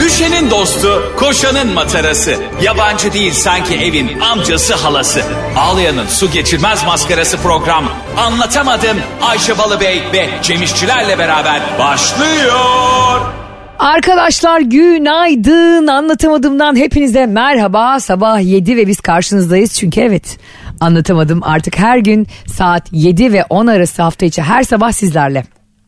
Düşenin dostu, koşanın matarası. Yabancı değil sanki evin amcası halası. Ağlayanın su geçirmez maskarası program. Anlatamadım Ayşe Balıbey ve Cemişçilerle beraber başlıyor. Arkadaşlar günaydın. Anlatamadığımdan hepinize merhaba. Sabah 7 ve biz karşınızdayız. Çünkü evet anlatamadım artık her gün saat 7 ve 10 arası hafta içi her sabah sizlerle.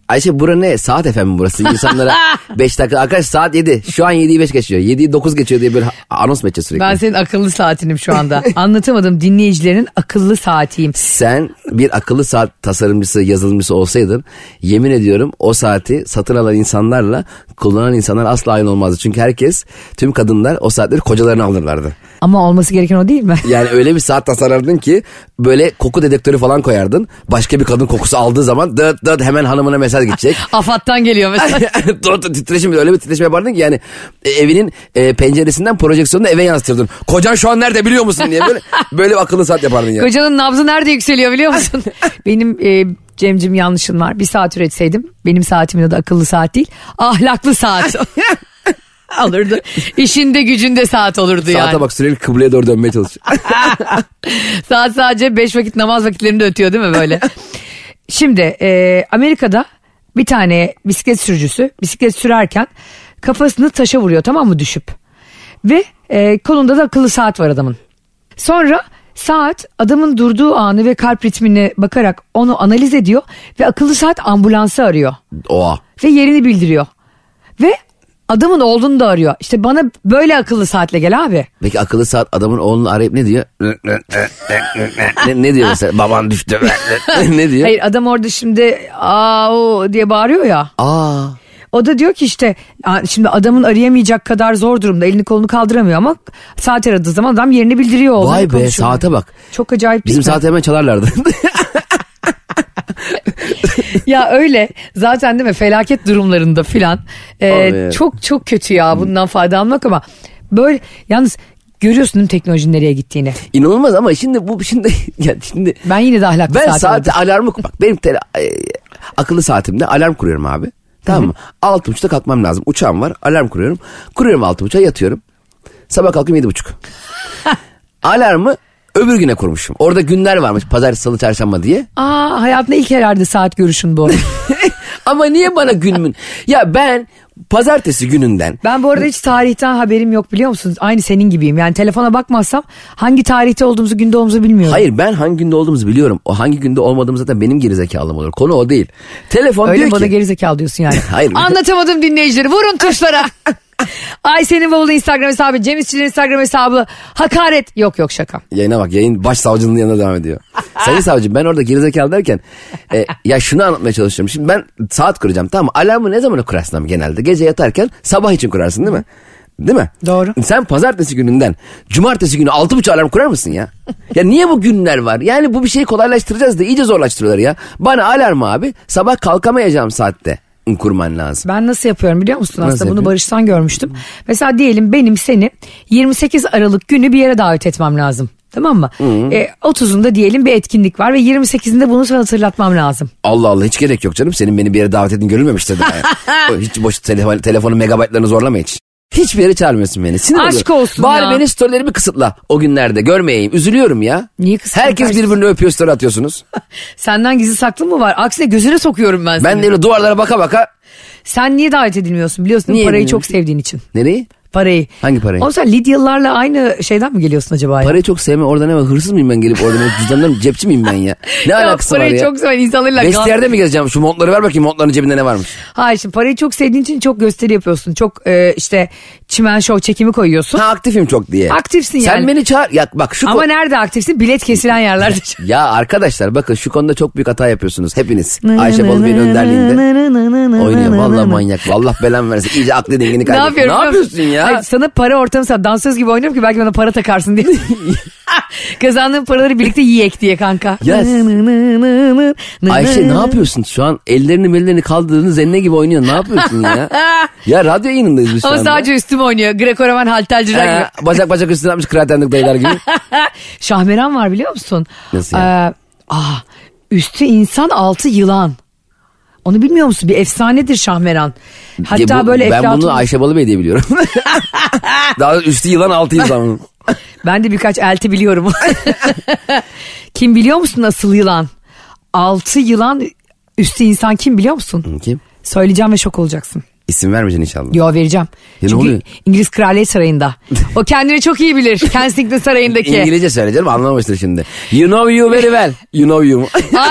Ayşe bura ne? Saat efendim burası. İnsanlara 5 dakika. Arkadaş saat 7. Şu an 7'yi 5 geçiyor. 7'yi 9 geçiyor diye böyle anons mu edeceğiz sürekli? Ben senin akıllı saatinim şu anda. Anlatamadım dinleyicilerin akıllı saatiyim. Sen bir akıllı saat tasarımcısı, yazılımcısı olsaydın yemin ediyorum o saati satın alan insanlarla kullanan insanlar asla aynı olmazdı. Çünkü herkes, tüm kadınlar o saatleri kocalarına alırlardı. Ama olması gereken o değil mi? Yani öyle bir saat tasarlardın ki böyle koku dedektörü falan koyardın. Başka bir kadın kokusu aldığı zaman dıt dıt hemen hanımına mesaj gidecek. Afattan geliyor mesela. Doğru titreşim öyle bir titreşim yapardın ki yani e, evinin e, penceresinden projeksiyonunu eve yansıtırdın. Kocan şu an nerede biliyor musun diye böyle böyle bir akıllı saat yapardın yani. Kocanın nabzı nerede yükseliyor biliyor musun? Benim e, Cemcim yanlışın var. Bir saat üretseydim benim saatimin adı akıllı saat değil. Ahlaklı saat. olurdu. İşinde gücünde saat olurdu yani. Saate bak sürekli kıbleye doğru dönmeye çalışıyor. Saat sadece 5 vakit namaz vakitlerinde ötüyor değil mi böyle? Şimdi e, Amerika'da bir tane bisiklet sürücüsü bisiklet sürerken kafasını taşa vuruyor tamam mı düşüp. Ve e, kolunda da akıllı saat var adamın. Sonra saat adamın durduğu anı ve kalp ritmine bakarak onu analiz ediyor ve akıllı saat ambulansı arıyor Oha. ve yerini bildiriyor. Ve adamın olduğunu da arıyor. İşte bana böyle akıllı saatle gel abi. Peki akıllı saat adamın oğlunu arayıp ne diyor? ne, ne diyor mesela? Baban düştü. ne diyor? Hayır adam orada şimdi aa o" diye bağırıyor ya. Aa. O da diyor ki işte "Aa, şimdi adamın arayamayacak kadar zor durumda elini kolunu kaldıramıyor ama saat aradığı zaman adam yerini bildiriyor. onunla Vay be konuşuyor. saate bak. Çok acayip değil Bizim mi? saate hemen çalarlardı. Ya öyle zaten değil mi felaket durumlarında filan Ee, Abi ya. çok çok kötü ya bundan fayda almak ama böyle yalnız görüyorsun değil mi teknolojinin nereye gittiğini. İnanılmaz ama şimdi bu şimdi ya şimdi Ben yine de ahlaklı ben saat saate alırdım. alarmı bak benim tele, e, akıllı saatimde alarm kuruyorum abi. Tamam mı? Altı buçukta kalkmam lazım. Uçağım var. Alarm kuruyorum. Kuruyorum altı buçuğa yatıyorum. Sabah kalkıyorum yedi buçuk. Alarmı öbür güne kurmuşum. Orada günler varmış. Pazar, salı, çarşamba diye. Aa hayatında ilk herhalde saat görüşün bu. Ama niye bana günün? Ya ben pazartesi gününden Ben bu arada hiç tarihten haberim yok biliyor musunuz? Aynı senin gibiyim. Yani telefona bakmazsam hangi tarihte olduğumuzu, günde olduğumuzu bilmiyorum. Hayır ben hangi günde olduğumuzu biliyorum. O hangi günde olmadığımız zaten benim gerizekalım olur. Konu o değil. Telefon Öyle diyor bana ki. gerizekalı diyorsun yani. Hayır. Anlatamadım dinleyicileri. Vurun tuşlara. Ayşe'nin bavulu Instagram hesabı, Cem İşçilerin Instagram hesabı. Hakaret. Yok yok şaka. Yayına bak yayın başsavcının yanına devam ediyor. Sayın savcı ben orada gerizekalı derken e, ya şunu anlatmaya çalışıyorum. Şimdi ben saat kuracağım tamam mı? Alarmı ne zaman kurarsın ama genelde? Gece yatarken sabah için kurarsın değil mi? Değil mi? Doğru. Sen pazartesi gününden cumartesi günü altı buçuk alarm kurar mısın ya? ya niye bu günler var? Yani bu bir şeyi kolaylaştıracağız da iyice zorlaştırıyorlar ya. Bana alarmı abi sabah kalkamayacağım saatte kurman lazım. Ben nasıl yapıyorum biliyor musun aslında? Nasıl Bunu yapıyorsun? Barış'tan görmüştüm. Mesela diyelim benim seni 28 Aralık günü bir yere davet etmem lazım. Tamam mı? E, 30'unda diyelim bir etkinlik var ve 28'inde bunu sana hatırlatmam lazım. Allah Allah hiç gerek yok canım. Senin beni bir yere davet edin görülmemiştir. daha. O hiç boş telefon, telefonun megabaytlarını zorlama hiç. Hiçbir yere çağırmıyorsun beni. Sinir Aşk oluyorum. olsun Bari ya. beni storylerimi kısıtla o günlerde görmeyeyim. Üzülüyorum ya. Niye kısıtlayacaksın? Herkes birbirini öpüyor story atıyorsunuz. Senden gizli saklı mı var? Aksine gözüne sokuyorum ben seni. Ben de öyle duvarlara baka baka. Sen niye davet edilmiyorsun biliyorsun değil mi? Niye parayı çok edilmiyorsun? sevdiğin için. Nereyi? Parayı. Hangi parayı? Oğlum sen Lidyalılarla aynı şeyden mi geliyorsun acaba? ya? Parayı çok sevme. Orada ne var? Hırsız mıyım ben gelip orada? ne- Cüzdanlarım cepçi miyim ben ya? Ne Ya alakası var parayı ya? çok seven insanlarla gal- Vestiyerde mi gezeceğim? Şu montları ver bakayım. Montların cebinde ne varmış? Hayır şimdi parayı çok sevdiğin için çok gösteri yapıyorsun. Çok e, işte çimen şov çekimi koyuyorsun. Ha aktifim çok diye. Aktifsin yani. Sen beni çağır. Ya bak şu Ama ko- nerede aktifsin? Bilet kesilen yerlerde. Ya arkadaşlar bakın şu konuda çok büyük hata yapıyorsunuz hepiniz. Ayşe Bolu'nun önderliğinde oynuyor. Vallahi manyak. Vallahi belen versin. İyice aklı dengini Ne kaybettin. yapıyorum? Ne yapıyorsun Hayır, ya? sana para ortamı sana dansöz gibi oynuyorum ki belki bana para takarsın diye. Kazandığın paraları birlikte yiyek diye kanka. Yes. Ayşe ne yapıyorsun şu an? Ellerini bellerini kaldırdığını zenne gibi oynuyor. Ne yapıyorsun ya? ya radyo yayınındayız biz şu Ama anda. sadece üstüme oynuyor. Greco-Roman halterciler gibi. Ee, bacak bacak üstüne atmış kıraathanlık dayılar gibi. Şahmeran var biliyor musun? Nasıl yani? Ee, ah, üstü insan altı yılan. Onu bilmiyor musun? Bir efsanedir Şahmeran. Hatta Ya bu- böyle Ben Eflatun- bunu Ayşe Balıbey diye biliyorum. Daha üstü yılan altı yılan. Ben de birkaç elti biliyorum. kim biliyor musun asıl yılan? Altı yılan üstü insan kim biliyor musun? Kim? Söyleyeceğim ve şok olacaksın. İsim vermeyeceksin inşallah. Yo vereceğim. ne Çünkü oluyor? İngiliz Kraliyet Sarayı'nda. O kendini çok iyi bilir. Kensington Sarayı'ndaki. İngilizce söyle canım anlamamıştır şimdi. You know you very well. You know you.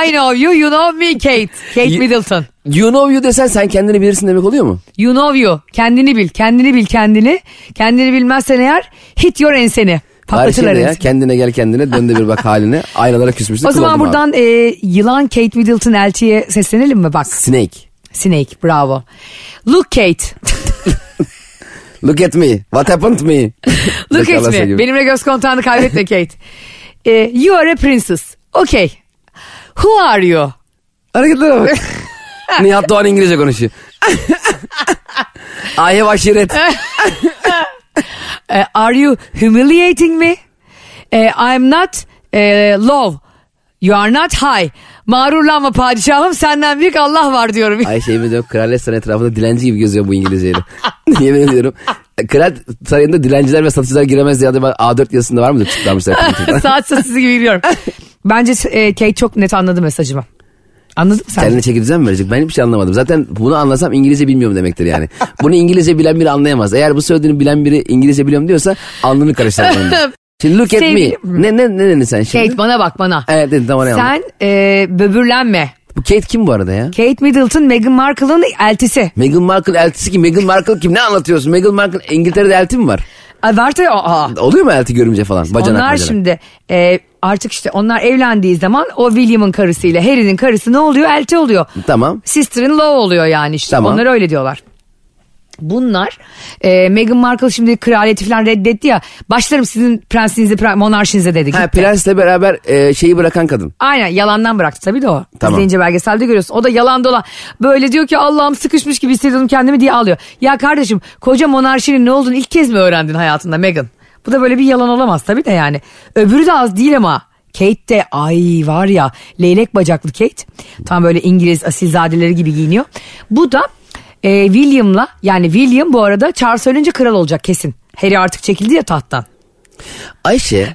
I know you, you know me Kate. Kate Y- Middleton. you know you desen sen kendini bilirsin demek oluyor mu? You know you. Kendini bil, kendini bil kendini. Kendini bilmezsen eğer hit your enseni. Bari şey Patlatırlar de ya, enseni. kendine gel kendine dön de bir bak haline. Aynalara küsmüştü. O zaman kullandım abi. buradan e, yılan Kate Middleton elçiye seslenelim mi bak? Snake. Snake bravo. Look Kate. Look at me. What happened to me? Look at Zekalar me. sevgili. Benimle göz kontağını kaybetme Kate. E, you are a princess. Okay. Who are you? Hareketlere bak. Nihat Doğan İngilizce konuşuyor. I have aşiret. E, are you humiliating me? E, I'm not e, low. You are not high. Mağrurlanma padişahım senden büyük Allah var diyorum. Ayşe yemin ediyorum kraliyet sarayı etrafında dilenci gibi geziyor bu İngilizceyle. yemin ediyorum. Kral sarayında dilenciler ve satıcılar giremez diye adam A4 yazısında var mıdır? Çıklanmışlar. Saat sesi gibi biliyorum. Bence e, Kate çok net anladı mesajımı. Anladın mı sen? Kendine çeki düzen mi verecek? Ben hiçbir şey anlamadım. Zaten bunu anlasam İngilizce bilmiyorum demektir yani. Bunu İngilizce bilen biri anlayamaz. Eğer bu söylediğini bilen biri İngilizce biliyorum diyorsa alnını karıştırmalıdır. Şimdi look at Sevgili- me. Ne, ne, ne dedin sen şimdi? Kate bana bak bana. Evet dedim tamam anladım. Sen e, böbürlenme. Bu Kate kim bu arada ya? Kate Middleton Meghan Markle'ın eltisi. Meghan Markle eltisi kim? Meghan Markle kim? Ne anlatıyorsun? Meghan Markle İngiltere'de elti mi var? Ay, var da- aa. Oluyor mu elti görümce falan? Bacanak Ah. onlar bacanak. şimdi e, artık işte onlar evlendiği zaman o William'ın karısıyla Harry'nin karısı ne oluyor? Elti oluyor. Tamam. Sister-in-law oluyor yani işte. Tamam. Onlar öyle diyorlar. Bunlar e, Meghan Markle şimdi kraliyeti falan reddetti ya. Başlarım sizin prensinize, pre- monarşinize dedi. Ha, gitti. prensle beraber e, şeyi bırakan kadın. Aynen yalandan bıraktı tabii de o. Tamam. İzleyince belgeselde görüyorsun. O da yalan dolan. Böyle diyor ki Allah'ım sıkışmış gibi hissediyorum kendimi diye ağlıyor. Ya kardeşim koca monarşinin ne olduğunu ilk kez mi öğrendin hayatında Meghan? Bu da böyle bir yalan olamaz tabii de yani. Öbürü de az değil ama. Kate de ay var ya leylek bacaklı Kate. Tam böyle İngiliz asilzadeleri gibi giyiniyor. Bu da e, William'la yani William bu arada Charles ölünce kral olacak kesin. Harry artık çekildi ya tahttan. Ayşe.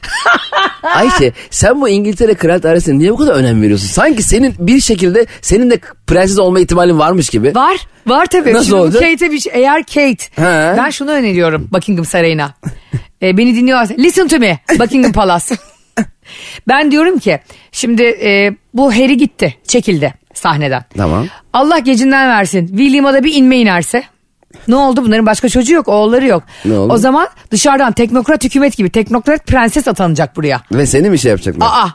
Ayşe sen bu İngiltere kraliyet ailesine niye bu kadar önem veriyorsun? Sanki senin bir şekilde senin de prenses olma ihtimalin varmış gibi. Var. Var tabii. Nasıl Şimdi bu oldu? Kate'e bir şey. Eğer Kate. He. Ben şunu öneriyorum Buckingham Sarayı'na. E, beni dinliyorsa. Listen to me. Buckingham Palace. ben diyorum ki şimdi e, bu Harry gitti. Çekildi sahneden. Tamam. Allah gecinden versin. William'a da bir inme inerse. Ne oldu? Bunların başka çocuğu yok. Oğulları yok. Ne oldu? O zaman dışarıdan teknokrat hükümet gibi teknokrat prenses atanacak buraya. Ve seni mi şey yapacaklar? Aa.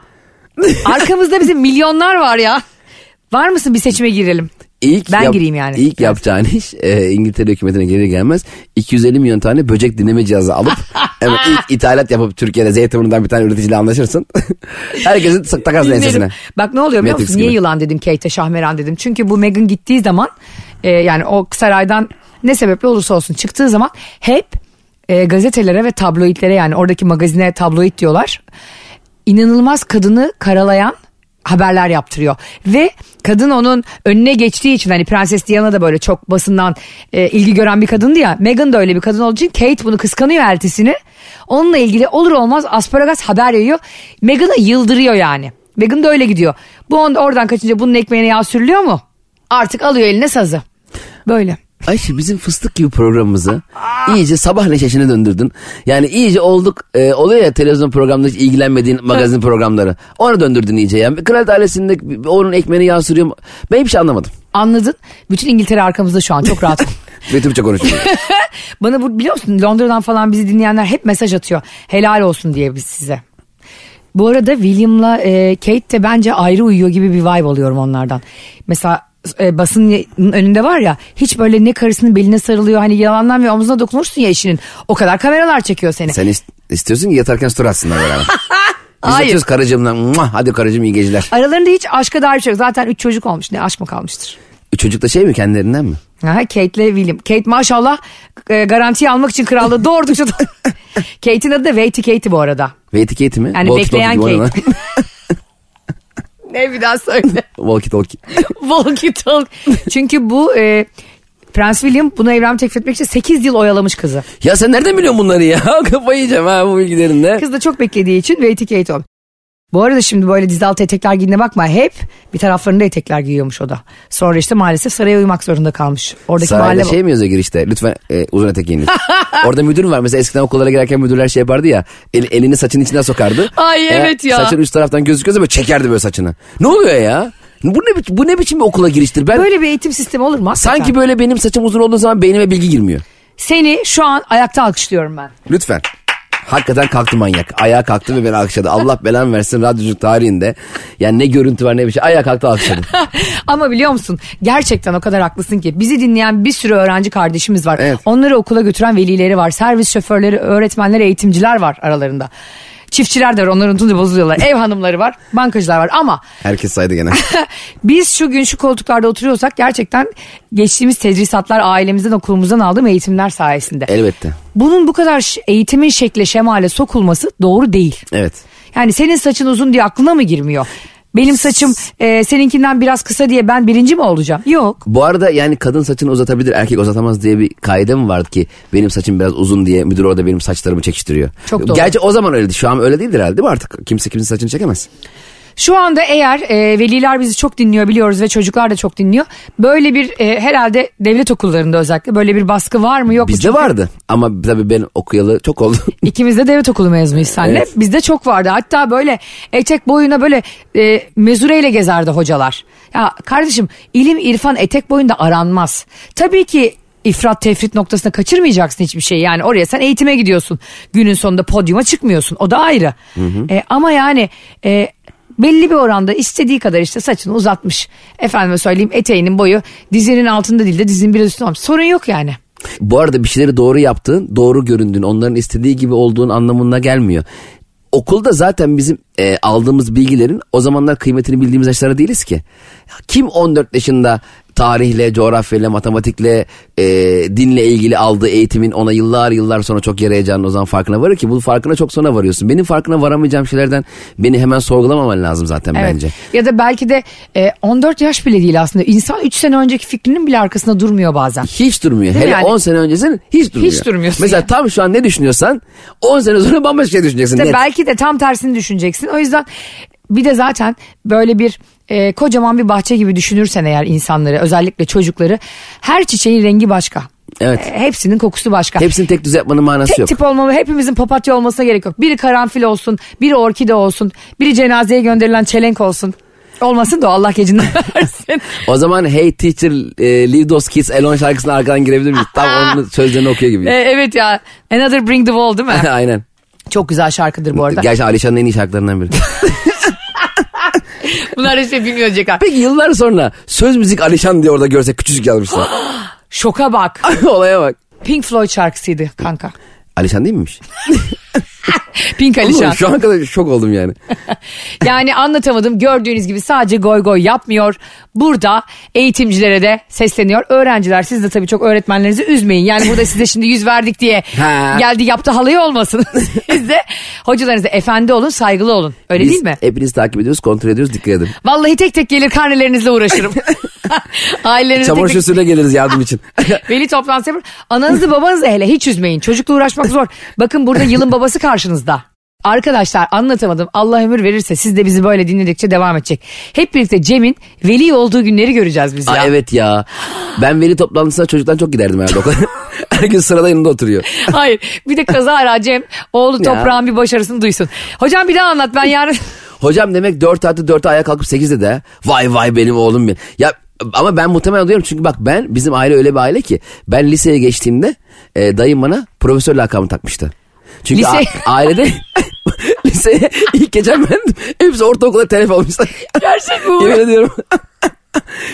Arkamızda bizim milyonlar var ya. Var mısın bir seçime girelim? İlk ben yap- gireyim yani. İlk yapacağın iş e, İngiltere hükümetine gelir gelmez 250 milyon tane böcek dinleme cihazı alıp evet, ilk ithalat yapıp Türkiye'de Zeytinburnu'ndan bir tane üreticiyle anlaşırsın. Herkesin sık takas Dinlerim. ensesine. Bak ne oluyor biliyor Matrix musun? Niye gibi. yılan dedim Kate'e Şahmeran dedim. Çünkü bu Meghan gittiği zaman e, yani o saraydan ne sebeple olursa olsun çıktığı zaman hep e, gazetelere ve tabloidlere yani oradaki magazine tabloid diyorlar. İnanılmaz kadını karalayan haberler yaptırıyor. Ve kadın onun önüne geçtiği için hani Prenses Diana da böyle çok basından e, ilgi gören bir kadındı ya. Meghan da öyle bir kadın olduğu için Kate bunu kıskanıyor eltisini. Onunla ilgili olur olmaz asparagas haber yayıyor. Meghan'a yıldırıyor yani. Meghan da öyle gidiyor. Bu onda oradan kaçınca bunun ekmeğine yağ sürülüyor mu? Artık alıyor eline sazı. Böyle. Ayşe bizim fıstık gibi programımızı iyice sabah neşesine döndürdün. Yani iyice olduk e, oluyor ya televizyon programında hiç ilgilenmediğin magazin programları. Ona döndürdün iyice yani. Kraliyet ailesinde onun ekmeğini yağ sürüyor. mu? Ben hiçbir şey anlamadım. Anladın? Bütün İngiltere arkamızda şu an çok rahat. Ve Türkçe konuşuyorum. Bana bu biliyor musun Londra'dan falan bizi dinleyenler hep mesaj atıyor. Helal olsun diye biz size. Bu arada William'la e, Kate de bence ayrı uyuyor gibi bir vibe alıyorum onlardan. Mesela e, basının önünde var ya hiç böyle ne karısının beline sarılıyor hani yalandan ve omzuna dokunursun ya eşinin. O kadar kameralar çekiyor seni. Sen ist- istiyorsun ki yatarken story atsınlar beraber. Biz Hayır. yatıyoruz karıcığımdan. "Muah, Hadi karıcığım iyi geceler. Aralarında hiç aşka dair bir şey yok. Zaten üç çocuk olmuş. Ne aşk mı kalmıştır? Çocuk da şey mi kendilerinden mi? Aha, Kate'le William. Kate maşallah e, garantiye almak için krallığı doğurdukça... Kate'in adı da Waity Kate'i bu arada. Ve etiketi mi? Yani Bol bekleyen tutuklu gibi Kate. oynanan. ne bir daha söyle. Walkie talkie. Walkie talk. Çünkü bu e, Prens William bunu evlenme teklif etmek için 8 yıl oyalamış kızı. Ya sen nereden biliyorsun bunları ya? Kafayı yiyeceğim ha bu bilgilerinde. Kız da çok beklediği için ve etiketi o. Bu arada şimdi böyle dizi altı etekler giydiğine bakma. Hep bir taraflarında etekler giyiyormuş o da. Sonra işte maalesef saraya uyumak zorunda kalmış. Oradaki mahalle... Sarayda şey mi yazıyor girişte? Lütfen e, uzun etek giyiniz. Orada müdür mü var? Mesela eskiden okullara girerken müdürler şey yapardı ya. el- elini saçın içine sokardı. Ay, evet ya. Saçın üst taraftan gözüküyorsa böyle çekerdi böyle saçını. Ne oluyor ya? Bu ne, bi- bu ne biçim bir okula giriştir? Ben Böyle bir eğitim sistemi olur mu? hakikaten? sanki böyle benim saçım uzun olduğu zaman beynime bilgi girmiyor. Seni şu an ayakta alkışlıyorum ben. Lütfen. Hakikaten kalktı manyak. Ayağa kalktı ve beni alkışladı. Allah belanı versin radyoculuk tarihinde. Yani ne görüntü var ne bir şey. Ayağa kalktı alkışladı. Ama biliyor musun gerçekten o kadar haklısın ki bizi dinleyen bir sürü öğrenci kardeşimiz var. Evet. Onları okula götüren velileri var. Servis şoförleri, öğretmenler, eğitimciler var aralarında. Çiftçiler de var onları unutunca bozuluyorlar. Ev hanımları var, bankacılar var ama Herkes saydı gene. biz şu gün şu koltuklarda oturuyorsak gerçekten geçtiğimiz tedrisatlar ailemizden okulumuzdan aldığım eğitimler sayesinde. Elbette. Bunun bu kadar ş- eğitimin şekle şemale sokulması doğru değil. Evet. Yani senin saçın uzun diye aklına mı girmiyor? Benim saçım e, seninkinden biraz kısa diye ben birinci mi olacağım? Yok. Bu arada yani kadın saçını uzatabilir erkek uzatamaz diye bir kaide mi vardı ki benim saçım biraz uzun diye müdür orada benim saçlarımı çekiştiriyor. Çok doğru. Gerçi o zaman öyleydi şu an öyle değildir herhalde değil mi artık? Kimse kimsenin saçını çekemez. Şu anda eğer e, veliler bizi çok dinliyor biliyoruz ve çocuklar da çok dinliyor. Böyle bir e, herhalde devlet okullarında özellikle böyle bir baskı var mı yok mu? Bizde Çünkü vardı ama tabii ben okuyalı çok oldu. İkimiz de devlet okulu mezunuyuz senle. Evet. Bizde çok vardı. Hatta böyle etek boyuna böyle e, mezureyle gezerdi hocalar. Ya kardeşim ilim irfan etek boyunda aranmaz. Tabii ki ifrat tefrit noktasına kaçırmayacaksın hiçbir şey. Yani oraya sen eğitime gidiyorsun. Günün sonunda podyuma çıkmıyorsun. O da ayrı. E, ama yani e, belli bir oranda istediği kadar işte saçını uzatmış. Efendime söyleyeyim eteğinin boyu dizinin altında değil de dizinin biraz üstünde olmuş. Sorun yok yani. Bu arada bir şeyleri doğru yaptığın, doğru göründüğün, onların istediği gibi olduğun anlamına gelmiyor. Okulda zaten bizim e, aldığımız bilgilerin o zamanlar kıymetini bildiğimiz yaşlara değiliz ki. Kim 14 yaşında tarihle, coğrafyayla, matematikle, e, dinle ilgili aldığı eğitimin ona yıllar yıllar sonra çok yarayacağını o zaman farkına varır ki. Bu farkına çok sonra varıyorsun. Benim farkına varamayacağım şeylerden beni hemen sorgulamaman lazım zaten Evet. bence. Ya da belki de e, 14 yaş bile değil aslında. İnsan 3 sene önceki fikrinin bile arkasında durmuyor bazen. Hiç durmuyor. Değil mi Hele yani? 10 sene öncesin hiç durmuyor. durmuyorsun Mesela ya. tam şu an ne düşünüyorsan 10 sene sonra bambaşka şey düşüneceksin. İşte net. belki de tam tersini düşüneceksin. O yüzden bir de zaten böyle bir e, kocaman bir bahçe gibi düşünürsen eğer insanları özellikle çocukları her çiçeğin rengi başka. Evet. E, hepsinin kokusu başka. Hepsini tek düz yapmanın manası Tek yok. tip olmamı hepimizin papatya olmasına gerek yok. Biri karanfil olsun, biri orkide olsun, biri cenazeye gönderilen çelenk olsun. Olmasın da o Allah gecinden versin. O zaman Hey Teacher e, Leave Those Kids Alone şarkısına arkadan girebilir miyiz? Tam onun sözlerini okuyor E, gibi. evet ya. Another Bring the Wall değil mi? Aynen. Çok güzel şarkıdır bu arada. Gerçi Alişan'ın en iyi şarkılarından biri. Bunlar işte bilmiyor Ceka. Peki yıllar sonra söz müzik Alişan diye orada görsek küçücük yazmışlar. Şoka bak. Olaya bak. Pink Floyd şarkısıydı kanka. Alişan değil miymiş? Pink Alişan. Oğlum, Şu an kadar şok oldum yani. Yani anlatamadım. Gördüğünüz gibi sadece goy goy yapmıyor. Burada eğitimcilere de sesleniyor. Öğrenciler siz de tabii çok öğretmenlerinizi üzmeyin. Yani burada size şimdi yüz verdik diye Ha. geldi yaptı halayı olmasın. siz de hocalarınıza efendi olun saygılı olun. Öyle Biz değil mi? hepiniz takip ediyoruz, kontrol ediyoruz, dikkat edin. Vallahi tek tek gelir karnelerinizle uğraşırım. Ailelerinizi tek Çamaşır tek suyuna geliriz yardım için. Veli toplantısı yapın. Ananızı babanızı hele hiç üzmeyin. Çocukla uğraşmak zor. Bakın burada yılın babası karşınızda. Arkadaşlar anlatamadım. Allah ömür verirse siz de bizi böyle dinledikçe devam edecek. Hep birlikte Cem'in veli olduğu günleri göreceğiz biz ya. Aa, evet ya. Ben veli toplantısına çocuktan çok giderdim herhalde okula. Herkes sırada yanında oturuyor. Hayır bir de kazara Cem oğlu toprağın bir başarısını duysun. Hocam bir daha anlat ben yarın... Hocam demek 4 artı 4'e ayağa kalkıp 8'de de vay vay benim oğlum benim. Ya ama ben muhtemelen diyorum çünkü bak ben bizim aile öyle bir aile ki ben liseye geçtiğimde e, dayım bana profesör lakabını takmıştı. Çünkü Lise- a- ailede liseye ilk geçen ben hepsi ortaokula telef almışlar. Gerçek mi bu? Yemin ediyorum.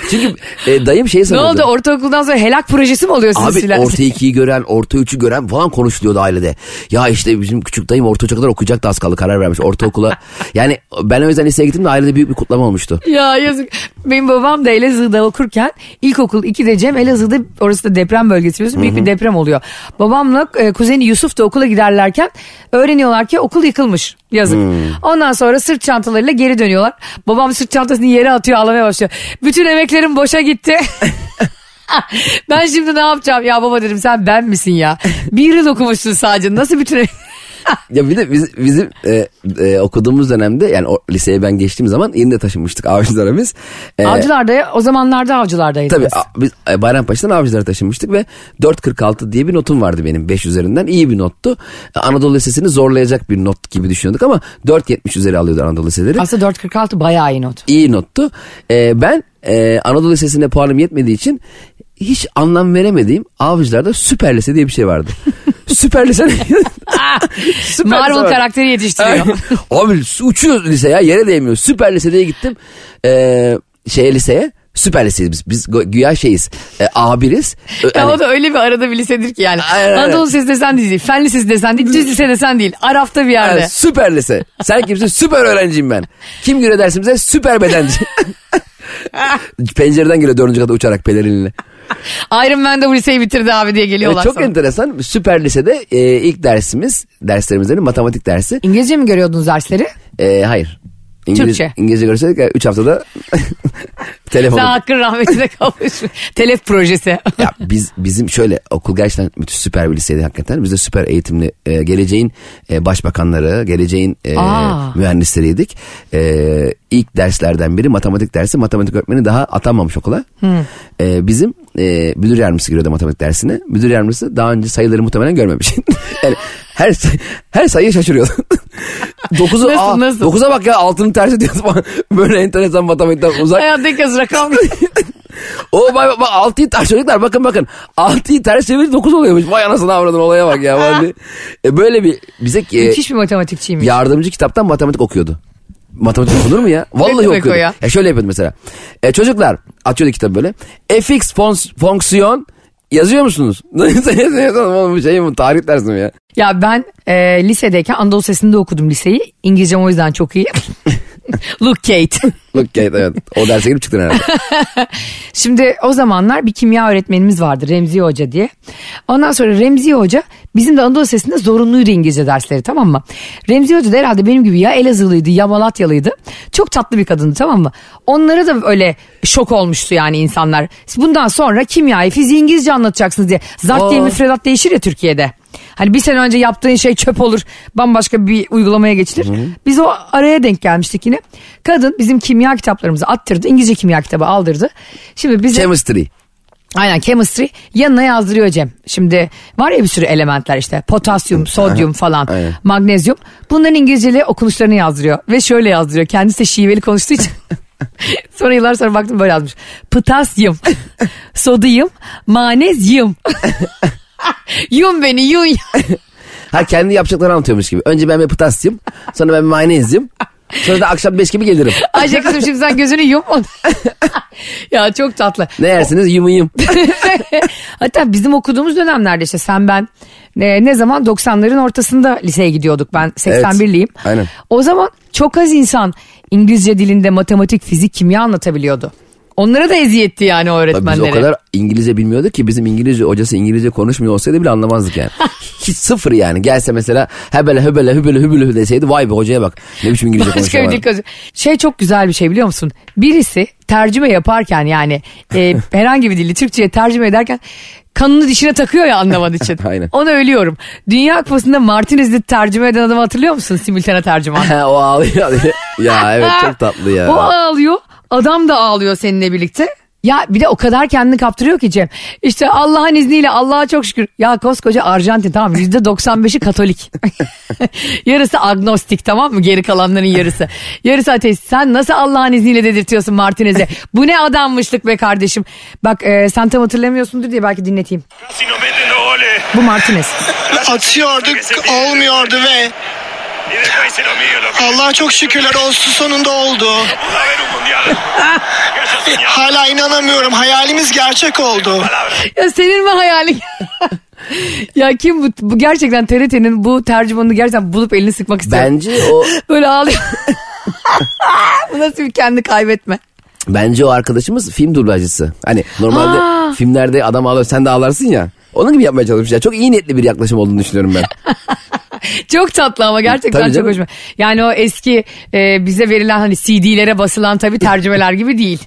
çünkü e, dayım şey ne sanıyordu. oldu ortaokuldan sonra helak projesi mi oluyor sizin Abi filan? orta ikiyi gören, orta üçü gören falan konuşuluyordu ailede. Ya işte bizim küçük dayım orta üçe kadar okuyacaktı az kaldı karar vermiş ortaokula. yani ben o yüzden liseye gittim de ailede büyük bir kutlama olmuştu. Ya yazık. Benim babam da Elazığ'da okurken ilkokul 2'de Cem Elazığ'da orası da deprem bölgesi biliyorsun büyük bir deprem oluyor. Babamla e, kuzeni Yusuf da okula giderlerken öğreniyorlar ki okul yıkılmış. Yazık. Hmm. Ondan sonra sırt çantalarıyla geri dönüyorlar. Babam sırt çantasını yere atıyor ağlamaya başlıyor. Bütün emeklerim boşa gitti. ben şimdi ne yapacağım? Ya baba dedim sen ben misin ya? Bir yıl okumuşsun sadece. Nasıl bütün emek- Ya bir de biz, bizim e, e, okuduğumuz dönemde yani o, liseye ben geçtiğim zaman yeni de taşınmıştık avcılara biz. E, Avcılarda o zamanlarda avcılardaydı. Tabii a- biz e, Bayrampaşa'dan avcılara taşınmıştık ve 4.46 diye bir notum vardı benim 5 üzerinden. iyi bir nottu. E, Anadolu Lisesi'ni zorlayacak bir not gibi düşünüyorduk ama 4.70 üzeri alıyordu Anadolu Liseleri. Aslında 4.46 bayağı iyi not. iyi nottu. E, ben e, Anadolu Lisesi'ne puanım yetmediği için hiç anlam veremediğim avcılarda süper lise diye bir şey vardı. süper lise Ah, Süper Marvel lise var. karakteri yetiştiriyor. Abi su- uçuyor lise ya yere değmiyor. Süper liseye gittim. Ee, şeye liseye. Süper liseyiz biz. Biz gö- güya şeyiz. E, A1'iz. Ö- Ya hani- o da öyle bir arada bir lisedir ki yani. Aynen, aynen. Anadolu Lisesi desen değil, Fen Lisesi desen değil, Düz Lise desen değil. Arafta bir yani yerde. süper lise. Sen kimsin? Süper öğrenciyim ben. Kim giriyor dersimize? Süper bedenci. Pencereden giriyor dördüncü kata uçarak pelerinle. Iron Man de bu liseyi bitirdi abi diye geliyorlar E, çok sana. enteresan. Süper lisede e, ilk dersimiz, derslerimizden matematik dersi. İngilizce mi görüyordunuz dersleri? E, hayır. Türkçe. İngilizce görseydik 3 haftada telefon. Sen hakkın rahmetine kavuşmuş. Telef projesi. Ya biz bizim şöyle okul gerçekten müthiş süper bir liseydi hakikaten. Biz de süper eğitimli e, geleceğin e, başbakanları, geleceğin e, Aa. mühendisleriydik. E, ilk derslerden biri matematik dersi. Matematik öğretmeni daha atanmamış okula. E, bizim e, müdür yardımcısı giriyordu matematik dersine. Müdür yardımcısı daha önce sayıları muhtemelen görmemiş. yani her say- her sayıya şaşırıyordu. 9'u Nasıl, aa, nasıl? 9'a bak ya altının tersi diyordu falan. Böyle enteresan matematikten uzak. Hayattaki az rakam. E, O bak, bak 6'yı ters çocuklar bakın bakın. 6'yı ters çevirince 9 oluyormuş. Vay anasını avradın olaya bak ya. Vallahi. E, böyle bir bize e, Müthiş bir şey. matematikçiymiş. yardımcı kitaptan matematik okuyordu. Matematik okunur mu ya? Vallahi demek o okuyordu. ya? Ya? şöyle yapıyordu mesela. E, çocuklar atıyordu kitabı böyle. Fx fons- fonksiyon yazıyor musunuz? Oğlum bu şey mi? Tarih dersi mi ya? Ya ben e, lisedeyken Anadolu Sesi'nde okudum liseyi. İngilizcem o yüzden çok iyi. Look Kate. Look, evet, evet. O derse girip çıktın herhalde. Şimdi o zamanlar bir kimya öğretmenimiz vardı Remzi Hoca diye. Ondan sonra Remzi Hoca bizim de Anadolu Sesi'nde zorunluydu İngilizce dersleri tamam mı? Remzi Hoca da herhalde benim gibi ya Elazığlıydı ya Malatyalıydı. Çok tatlı bir kadındı tamam mı? Onlara da öyle şok olmuştu yani insanlar. Siz Bundan sonra kimyayı fiziği İngilizce anlatacaksınız diye. Zart diye Aa. müfredat değişir ya Türkiye'de. Hani bir sene önce yaptığın şey çöp olur bambaşka bir uygulamaya geçilir. Biz o araya denk gelmiştik yine. Kadın bizim kimya kitaplarımızı attırdı. İngilizce kimya kitabı aldırdı. Şimdi bize Chemistry. Aynen chemistry yanına yazdırıyor Cem. Şimdi var ya bir sürü elementler işte potasyum, sodyum falan, aynen. magnezyum. Bunların İngilizceli okunuşlarını yazdırıyor ve şöyle yazdırıyor. Kendisi de şiveli konuştuğu için. sonra yıllar sonra baktım böyle yazmış. Potasyum, sodyum, magnezyum. yum beni yum. Ha kendi yapacaklarını anlatıyormuş gibi. Önce ben bir potasyum. Sonra ben manezyum. Sonra da akşam 5 gibi gelirim. Ayşe kızım şimdi sen gözünü yum. ya çok tatlı. Ne yersiniz? Yum yum. Hatta bizim okuduğumuz dönemlerde işte sen ben e, ne, ne zaman 90'ların ortasında liseye gidiyorduk ben 81'liyim. aynen. O zaman çok az insan İngilizce dilinde matematik, fizik, kimya anlatabiliyordu. Onlara da eziyetti yani o Tabii biz öğretmenlere. o kadar İngilizce bilmiyorduk ki bizim İngilizce hocası İngilizce konuşmuyor olsaydı bile anlamazdık yani. Hiç sıfır yani. Gelse mesela hebele hebele hübele hübele hü" deseydi vay be hocaya bak. Ne biçim İngilizce Başka bir konuşuyorlar. dikkat. Şey çok güzel bir şey biliyor musun? Birisi tercüme yaparken yani e, herhangi bir dili Türkçe'ye tercüme ederken kanını dişine takıyor ya anlamadığı için. Aynen. Onu ölüyorum. Dünya Kupası'nda Martinez'li tercüme eden adamı hatırlıyor musun? Simultane tercüman. Ha, o ağlıyor. ya evet çok tatlı O ya. ağlıyor. Adam da ağlıyor seninle birlikte. Ya bir de o kadar kendini kaptırıyor ki Cem. İşte Allah'ın izniyle Allah'a çok şükür. Ya koskoca Arjantin tamam yüzde 95'i Katolik. yarısı agnostik tamam mı? Geri kalanların yarısı. Yarısı ateist. Sen nasıl Allah'ın izniyle dedirtiyorsun Martinez'e? Bu ne adammışlık be kardeşim. Bak e, sen tam hatırlamıyorsundur diye belki dinleteyim. Casi no meten los goles. Bu Martinez. atıyorduk olmuyordu ve Y después hice lo mío, loco. Allah'a çok şükürler olsun sonunda oldu. Pudo haber un mundial. Yo soñaba Hala inanamıyorum hayalimiz gerçek oldu. palabras. Ya senin mi hayalin? ya kim bu, bu gerçekten TRT'nin bu tercümanını gerçekten bulup elini sıkmak istiyor. Bence o Böyle ağlıyor. Bu nasıl bir kendi kaybetme. bence o arkadaşımız film dublajcısı. Hani normalde filmlerde adam ağlıyor sen de ağlarsın ya. Onun gibi yapmaya çalışmış. ya. Çok iyi niyetli bir yaklaşım olduğunu düşünüyorum ben. çok tatlı ama gerçekten Tabii çok canım. hoşuma. Yani o eski e, bize verilen hani CD'lere basılan tabii tercümeler gibi değil.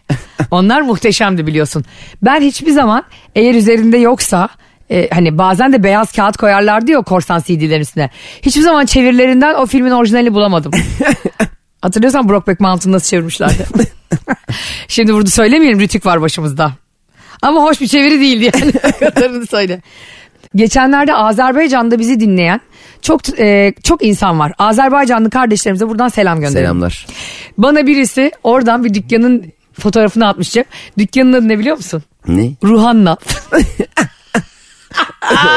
Onlar muhteşemdi biliyorsun. Ben hiçbir zaman eğer üzerinde yoksa e, hani bazen de beyaz kağıt koyarlardı ya o korsan CD'lerin üstüne. Hiçbir zaman çevirilerinden o filmin orijinali bulamadım. Hatırlıyorsan Brokeback Mountain nasıl çevirmişlerdi. Şimdi burada söylemeyelim Rütük var başımızda. Ama hoş bir çeviri değildi yani. Kadarını söyle. Geçenlerde Azerbaycan'da bizi dinleyen çok e, çok insan var. Azerbaycanlı kardeşlerimize buradan selam gönderelim. Selamlar. Bana birisi oradan bir dükkanın fotoğrafını atmış Cem. Dükkanın adı ne biliyor musun? Ne? Ruhanna.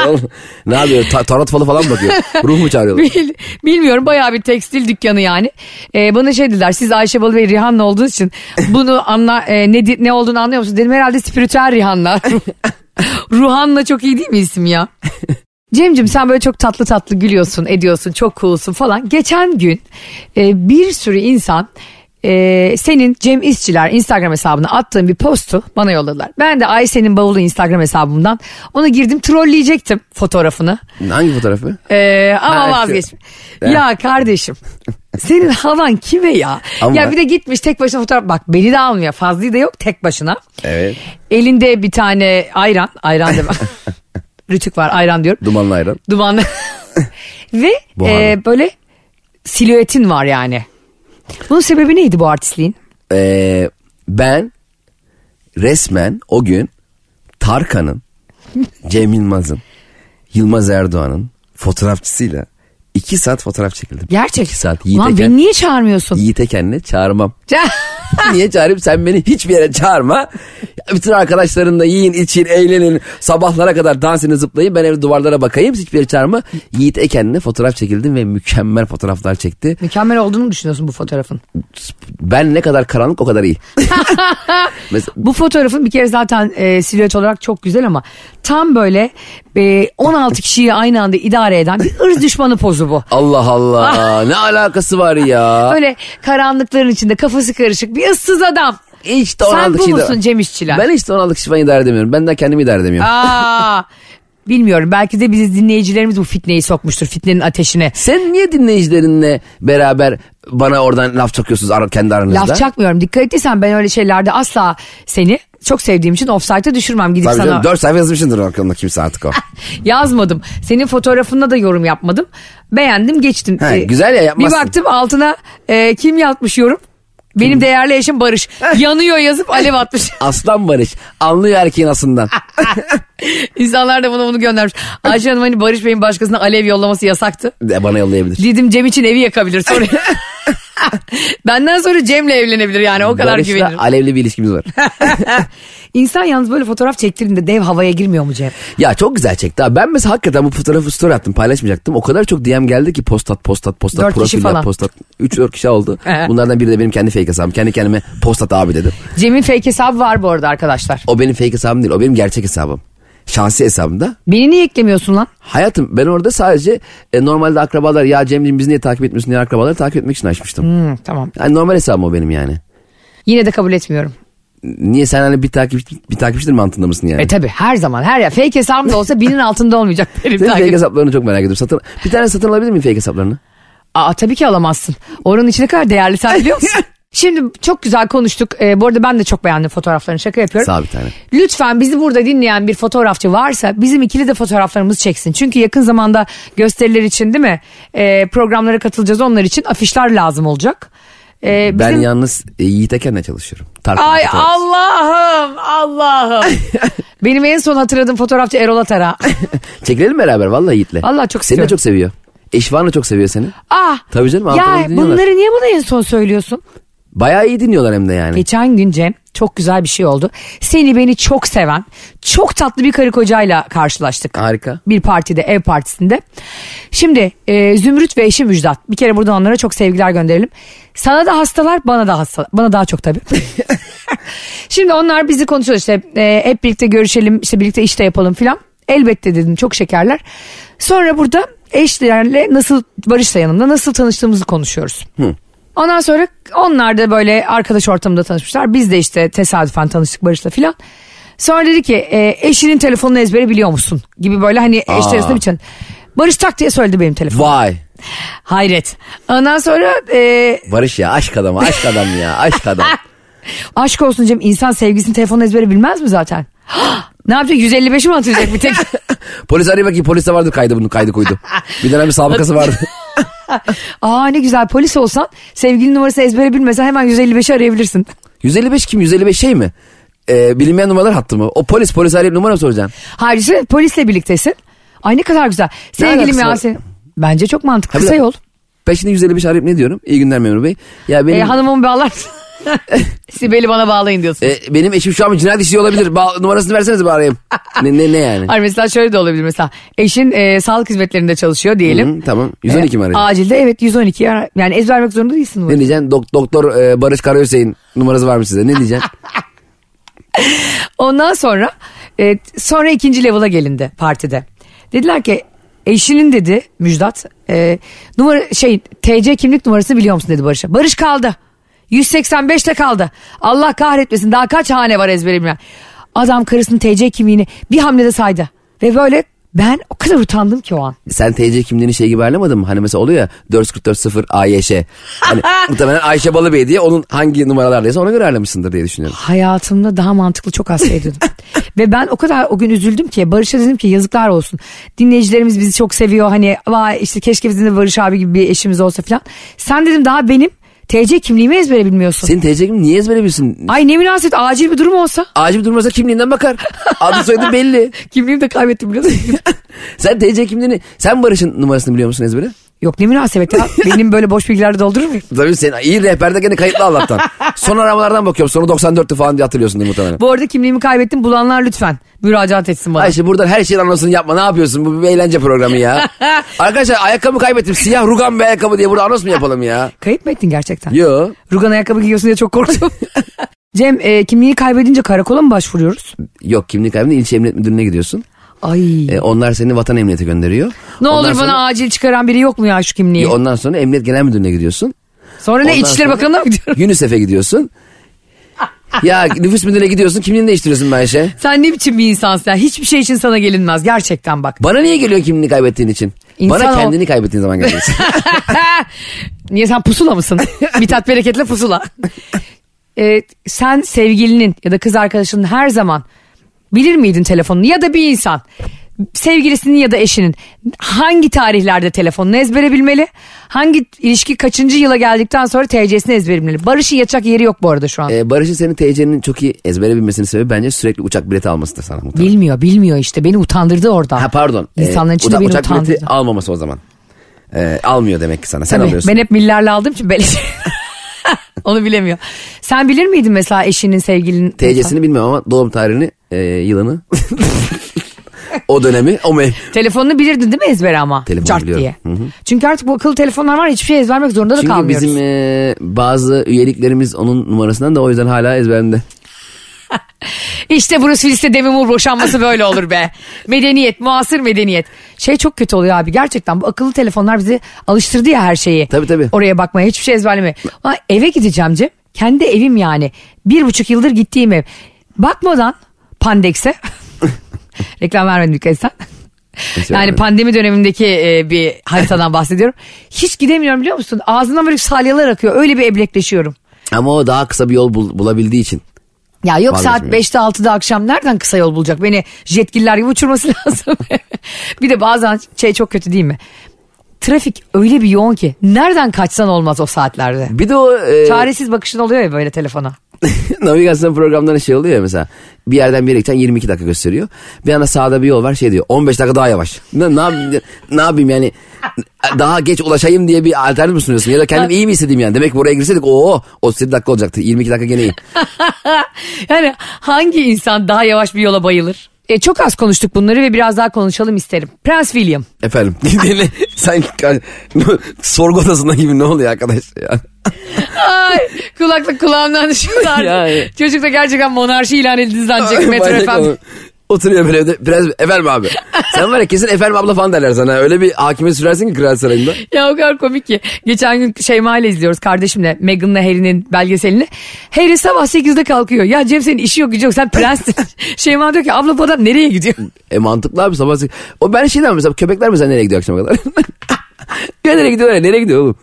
Oğlum, ne yapıyor? Ta- tarot falı falan mı bakıyor. Ruh mu çağırıyorlar? Bil- Bilmiyorum bayağı bir tekstil dükkanı yani. Ee, bana şey dediler siz Ayşe Balı ve Rihanna olduğunuz için bunu anla e, ne di- ne olduğunu anlıyor musunuz? Dedim herhalde spiritüel Rihanna. Ruhanna çok iyi değil mi isim ya? Cem'cim sen böyle çok tatlı tatlı gülüyorsun, ediyorsun, çok coolsun falan. Geçen gün e, bir sürü insan e, senin Cem İşçiler Instagram hesabına attığın bir postu bana yolladılar. Ben de Ayşe'nin bavulu Instagram hesabımdan ona girdim trolleyecektim fotoğrafını. Hangi fotoğrafı? Ee, Ha, ama şu- vazgeçtim. Ya kardeşim senin havan kime ya? Ama- Ya bir de gitmiş tek başına fotoğraf bak beni de almıyor Fazlı'yı da yok tek başına. Evet. Elinde bir tane ayran ayran da Rütük var ayran diyorum. Dumanlı ayran. Dumanlı. Ve Buharlı. e, böyle silüetin var yani. Bunun sebebi neydi bu artistliğin? Ee, ben resmen o gün Tarkan'ın, Cem Yılmaz'ın, Yılmaz Erdoğan'ın fotoğrafçısıyla iki saat fotoğraf çekildim. Gerçek. İki saat. Yiğit Ulan Eken, beni niye çağırmıyorsun? Yiğit Eken'le çağırmam. Ca- Niye çağırayım sen beni hiçbir yere çağırma. Bütün arkadaşlarınla yiyin için eğlenin sabahlara kadar dansını zıplayın ben evde duvarlara bakayım hiçbir yere çağırma. Yiğit Eken'le fotoğraf çekildim ve mükemmel fotoğraflar çekti. Mükemmel olduğunu mu düşünüyorsun bu fotoğrafın. Ben ne kadar karanlık o kadar iyi. Mesela, Bu fotoğrafın bir kere zaten e, silüet olarak çok güzel ama tam böyle e, 16 kişiyi aynı anda idare eden bir ırz düşmanı pozu bu. Allah Allah ne alakası var ya. Ah. Öyle karanlıkların içinde kafası karışık bir ıssız adam. Hiç de Sen 16 bu kişi de- musun Cem İşçiler? Ah. Ben hiç de 16 kişi falan idare edemiyorum. Ben de kendimi idare edemiyorum. Aa, bilmiyorum belki de bizi dinleyicilerimiz bu fitneyi sokmuştur fitnenin ateşine. Sen niye dinleyicilerinle beraber bana oradan laf çakıyorsunuz ara- kendi aranızda? Laf çakmıyorum dikkat ettiysen ben öyle şeylerde asla seni çok sevdiğim için offside'e düşürmem gidip Tabii sana. canım 4 sayfa yazmışsındır arkamda kimse artık o. Yazmadım. Senin fotoğrafına da yorum yapmadım. Beğendim geçtim. Ee, He, güzel ya, yapmazsın. Bir baktım altına e, kim yapmış yorum? Benim değerli eşim Barış. Eh. Yanıyor yazıp alev atmış. Aslan Barış anlıyor erkeğin aslından. Ah. İnsanlar da buna bunu göndermiş. Eh. Ayşe Hanım hani Barış Bey'in başkasına alev yollaması yasaktı. De bana yollayabilir. Dedim Cem için evi yakabilir sonra. Eh. Benden sonra Cem'le evlenebilir yani o kadar Barış'la güvenirim. alevli bir ilişkimiz var. İnsan yalnız böyle fotoğraf çektiğinde dev havaya girmiyor mu Cem? ya çok güzel çekti. abi. Ben mesela hakikaten bu fotoğrafı story attım paylaşmayacaktım. O kadar çok DM geldi ki postat postat postat Dört kişi profiller falan. Ee. postat. 3-4 kişi oldu. He. Bunlardan biri de benim kendi fake hesabım. Kendi kendime postat abi dedim. Cem'in fake hesabı var bu arada arkadaşlar. O benim fake hesabım değil o benim gerçek hesabım. Şahsi hesabımda Beni niye eklemiyorsun lan? Hayatım ben orada sadece e, normalde akrabalar ya Cem'ciğim bizi niye takip etmiyorsun diye akrabaları takip etmek için açmıştım. Hmm, tamam. Yani normal hesabım o benim yani. Yine de kabul etmiyorum. Niye sen hani bir takip bir takipçidir mantığında mısın yani? E tabi her zaman her ya fake hesabım da olsa binin altında olmayacak benim Senin fake takip. hesaplarını çok merak ediyorum. Satın, bir tane satın alabilir miyim fake hesaplarını? Aa tabii ki alamazsın. Oranın içine kadar değerli sen biliyor musun? Şimdi çok güzel konuştuk. Ee, bu arada ben de çok beğendim fotoğraflarını şaka yapıyorum. Sağ bir tane. Lütfen bizi burada dinleyen bir fotoğrafçı varsa bizim ikili de fotoğraflarımızı çeksin. Çünkü yakın zamanda gösteriler için değil mi? Ee, programlara katılacağız onlar için afişler lazım olacak. Ee, Ben bizim- yalnız e, Yiğit Eken'le çalışıyorum. Tarkan'la Ay fotoğraf. Allah'ım Allah'ım. Benim en son hatırladığım fotoğrafçı Erol Atara. Çekilelim beraber vallahi Yiğit'le. Allah çok Seni de istiyorum. çok seviyor. Eşi falan da çok seviyor seni. Ah. Tabii canım, Ya Ankara'da dinliyorlar. bunları niye bana en son söylüyorsun? Bayağı iyi dinliyorlar hem de yani. Geçen gün Cem çok güzel bir şey oldu. Seni beni çok seven, çok tatlı bir karı kocayla karşılaştık. Harika. Bir partide, ev partisinde. Şimdi e, Zümrüt ve eşi Müjdat. Bir kere buradan onlara çok sevgiler gönderelim. Sana da hastalar, bana da hasta, bana daha çok tabii. Şimdi onlar bizi konuşuyor işte e, hep birlikte görüşelim, işte birlikte işte yapalım filan. Elbette dedim çok şekerler. Sonra burada eşlerle nasıl Barış da yanımda nasıl tanıştığımızı konuşuyoruz. Ondan sonra onlar da böyle arkadaş ortamında tanışmışlar. Biz de işte tesadüfen tanıştık Barış'la filan. Sonra dedi ki e, eşinin telefonunu ezbere biliyor musun? Gibi böyle hani eşler arasında bir çan- Barış tak diye söyledi benim telefon. Vay. Hayret. Ondan sonra e, Barış ya aşk adamı aşk adam ya aşk adam. aşk olsun Cem insan sevgisini telefonla ezbere bilmez mi zaten? ne yapacak 155'i mi atacak bir tek? Polis arayın bakayım poliste vardır kaydı bunun kaydı koydu. Bir dönem bir sabıkası vardı. Aa ne güzel polis olsan sevgilinin numarasını ezbere bilmesen hemen 155'i arayabilirsin. 155 kim 155 şey mi? Ee, bilinmeyen numaralar hattı mı? O polis polis arayıp numara mı soracaksın? Harisi polisle birliktesin. Ay ne kadar güzel. Sevgilim alakası var? Yasin. Bence çok mantıklı. Ha, bir Kısa dakika. yol. Ben şimdi 155 arayıp ne diyorum? İyi günler memur bey. Ya E, benim, hanımımı bağlar. Sibel'i bana bağlayın diyorsun. e, benim eşim şu an bir cinayet işliyor olabilir. Ba- numarasını verseniz bari arayayım. Ne, ne, ne yani? Hayır mesela şöyle de olabilir mesela. Eşin e, sağlık hizmetlerinde çalışıyor diyelim. E, Hı, tamam. 112 mi E, arayacağım? Acilde evet 112 yara- yani ezbermek zorunda değilsin Ne bunu. diyeceksin? Dok- doktor e, Barış Karahüseyin numarası var mı size? Ne diyeceksin? Ondan sonra e, sonra ikinci level'a gelindi partide. Dediler ki eşinin dedi Müjdat e, numara şey TC kimlik numarasını biliyor musun dedi Barış'a. Barış kaldı. 185'te kaldı. Allah kahretmesin daha kaç hane var ezberim ya. Adam karısının TC kimliğini bir hamlede saydı. Ve böyle ben o kadar utandım ki o an. Sen TC kimliğini şey gibi ayarlamadın mı? Hani mesela oluyor ya 4440 AYŞ. Hani muhtemelen Ayşe Balıbey diye onun hangi numaralardaysa ona göre ayarlamışsındır diye düşünüyorum. Hayatımda daha mantıklı çok az şey duydum. Ve ben o kadar o gün üzüldüm ki Barış'a dedim ki yazıklar olsun. Dinleyicilerimiz bizi çok seviyor hani vay işte keşke bizim de Barış abi gibi bir eşimiz olsa falan. Sen dedim daha benim TC kimliğimi ezbere bilmiyorsun. Senin TC kimliğini niye ezbere bilsin? Ay ne münasebet acil bir durum olsa. Acil bir durum varsa kimliğinden bakar. Adı soyadı belli. Kimliğimi de kaybettim biraz. Sen TC kimliğini, sen Barış'ın numarasını biliyor musun ezbere? Yok ne münasebet ya benim böyle boş bilgileri doldurur muyum? Tabii sen iyi rehberde gene kayıtlı Allah'tan. Son aramalardan bakıyorum. Sonu 94'tü falan diye hatırlıyorsundur muhtemelen. Bu arada kimliğimi kaybettim bulanlar lütfen müracaat etsin bana. Ayşe buradan her şeyin anonsunu yapma. Ne yapıyorsun? Bu bir eğlence programı ya. Arkadaşlar ayakkabı kaybettim. Siyah rugan bir ayakkabı diye burada anons mu yapalım ya? Kayıp mı ettin gerçekten? Yo. Rugan ayakkabı giyiyorsun diye çok korktum. Cem e, kimliği kaybedince karakola mı başvuruyoruz? Yok kimlik kaybını ilçe emniyet müdürlüğüne gidiyorsun. Ay. E, onlar seni vatan emniyete gönderiyor. Ne Ondan olur sonra- bana acil çıkaran biri yok mu ya şu kimliği? Ya, Ondan sonra emniyet genel müdürlüğüne gidiyorsun. sonra ne ondan İçişleri sonra- Bakanı'na mı gidiyorum? UNICEF'e gidiyorsun. ya nüfus müdürüne gidiyorsun. Kimliğini değiştiriyorsun be Ayşe. Sen ne biçim bir insansın ya? Hiçbir şey için sana gelinmez gerçekten bak. Bana niye geliyor kimliğini kaybettiğin için? İnsan Bana ol- kendini kaybettiğin zaman geliyorsun. Niye sen pusula mısın? Mithat Bereket'le pusula. Ee, sen sevgilinin ya da kız arkadaşının her zaman bilir miydin telefonunu ya da bir insan sevgilisinin ya da eşinin hangi tarihlerde telefonunu ezbere bilmeli? Hangi ilişki kaçıncı yıla geldikten sonra TC'sini ezbere bilmeli? Barış'ın yatacak yeri yok bu arada şu an. Ee, Barış'ın senin TC'nin çok iyi ezbere bilmesinin sebebi bence sürekli uçak bileti almasıdır sana muhtemelen. Bilmiyor bilmiyor işte beni utandırdı orada. Ha pardon. Ee, İnsanların içinde uça- beni uçak utandırdı. bileti almaması o zaman. Ee, almıyor demek ki sana. Sen Tabii, alıyorsun. Ben hep millerle aldığım için belli. Onu bilemiyor. Sen bilir miydin mesela eşinin sevgilinin? TC'sini bilmem ama doğum tarihini, e, yılını, o dönemi, o me- Telefonunu bilirdin değil mi ezbere ama? Telefonu Cart biliyorum. diye. Çünkü artık bu akıllı telefonlar var ya, hiçbir şey ezbermek zorunda da Çünkü kalmıyoruz. bizim e, bazı üyeliklerimiz onun numarasından da o yüzden hala ezberimde. İşte Bruce Willis'le Demi Moore boşanması böyle olur be. Medeniyet, muasır medeniyet. Şey çok kötü oluyor abi gerçekten. Bu akıllı telefonlar bizi alıştırdı ya her şeyi. Tabii, tabii. Oraya bakmaya hiçbir şey ezberlemeye. Ulan eve gideceğim Cem. Kendi evim yani. Bir buçuk yıldır gittiğim ev. Bakmadan Pandex'e. Reklam vermedim dikkat etsen. Yani vermedim. pandemi dönemindeki e, bir haritadan bahsediyorum. Hiç gidemiyorum biliyor musun? Ağzından böyle salyalar akıyor. Öyle bir eblekleşiyorum. Ama o daha kısa bir yol bul- bulabildiği için. Ya yok saat Vazgeçmiyor. 5'te 6'da akşam nereden kısa yol bulacak? Beni jetgiller gibi uçurması lazım. bir de bazen şey çok kötü değil mi? Trafik öyle bir yoğun ki nereden kaçsan olmaz o saatlerde. Bir de o e, Çaresiz bakışın oluyor ya böyle telefona. navigasyon programlarında şey oluyor ya mesela. Bir yerden bir yere gideceksin 22 dakika gösteriyor. Bir anda sağda bir yol var şey diyor 15 dakika daha yavaş. Ne, ne, yapayım, ne yapayım yani daha geç ulaşayım diye bir alternatif mi sunuyorsun? Ya da kendim iyi mi istediğim yani? Demek ki buraya girseydik o 37 dakika olacaktı. 22 dakika gene iyi. Yani hangi insan daha yavaş bir yola bayılır? E, çok az konuştuk bunları ve biraz daha konuşalım isterim. Prens William. Efendim. Yine Sanki sorgu odasında gibi ne oluyor arkadaş ya? Ay kulaklık kulağımdan düşüyordu artık. Yani. Çocuk da gerçekten monarşi ilan edildi zannedecek Ay, Metro manyak FM. olur. Oturuyor böyle evde. Prens, efendim abi. Sen var ya kesin efendim abla falan derler sana. Öyle bir hakime sürersin ki Kraliyet Sarayı'nda. Ya o kadar komik ki. Geçen gün Şeyma ile izliyoruz kardeşimle. Meghan'la Harry'nin belgeselini. Harry sabah 8'de kalkıyor. Ya Cem senin işi yok gücü yok sen prenssin. Şeyma diyor ki abla bu adam nereye gidiyor? E mantıklı abi sabah. sek- O ben şeyden mesela köpekler mesela nereye gidiyor akşama kadar? ya nereye gidiyorlar ya nereye gidiyor oğlum?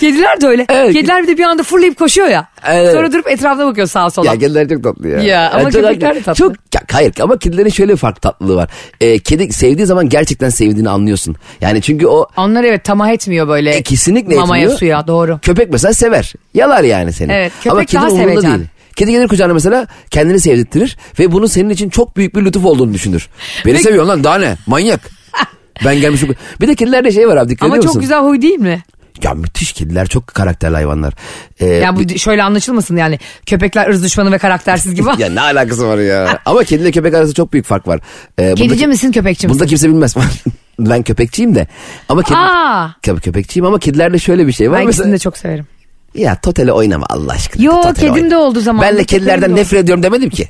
Kediler de öyle. Evet. Kediler bir de bir anda fırlayıp koşuyor ya. Evet. Sonra durup etrafına bakıyor sağa sola. ya kediler çok tatlı ya. Ya, ama çok- köpekler de tatlı. Çok, ya, hayır ama kedilerin şöyle bir farklı tatlılığı var. E, kedi sevdiği zaman gerçekten sevdiğini anlıyorsun. Yani çünkü o Onlar evet tamah etmiyor böyle. E, kesinlikle Mamaya etmiyor. suya doğru. Köpek mesela sever. Yalar yani seni. Evet, köpek Ama kedi daha umurunda sevecen. değil. Kedi gelir kucağına mesela kendini sevdirttirir ve bunun senin için çok büyük bir lütuf olduğunu düşünür. Beni Peki. seviyorsun lan daha ne manyak. ben gelmişim. Bir de kedilerde şey var abi dikkat Ama ediyor çok musun? güzel huy değil mi? Ya müthiş kediler çok karakterli hayvanlar. Ee, Ya bu şöyle anlaşılmasın yani. Köpekler ırz düşmanı ve karaktersiz gibi. ya ne alakası var ya? Ama kediyle köpek arasında çok büyük fark var. Ee, bunda- Kedici misin köpekçi misin? Bunda kimse bilmez. ben köpekçiyim de. Ama kedi... Aa. Tabii köpekçiyim ama kedilerde şöyle bir şey var. Ben Mesela- ikisini de çok severim. Ya totele oynama Allah aşkına. Yo, Totele kedim de oldu zamanında, Benle kedim kedilerden de nefret ediyorum demedim ki.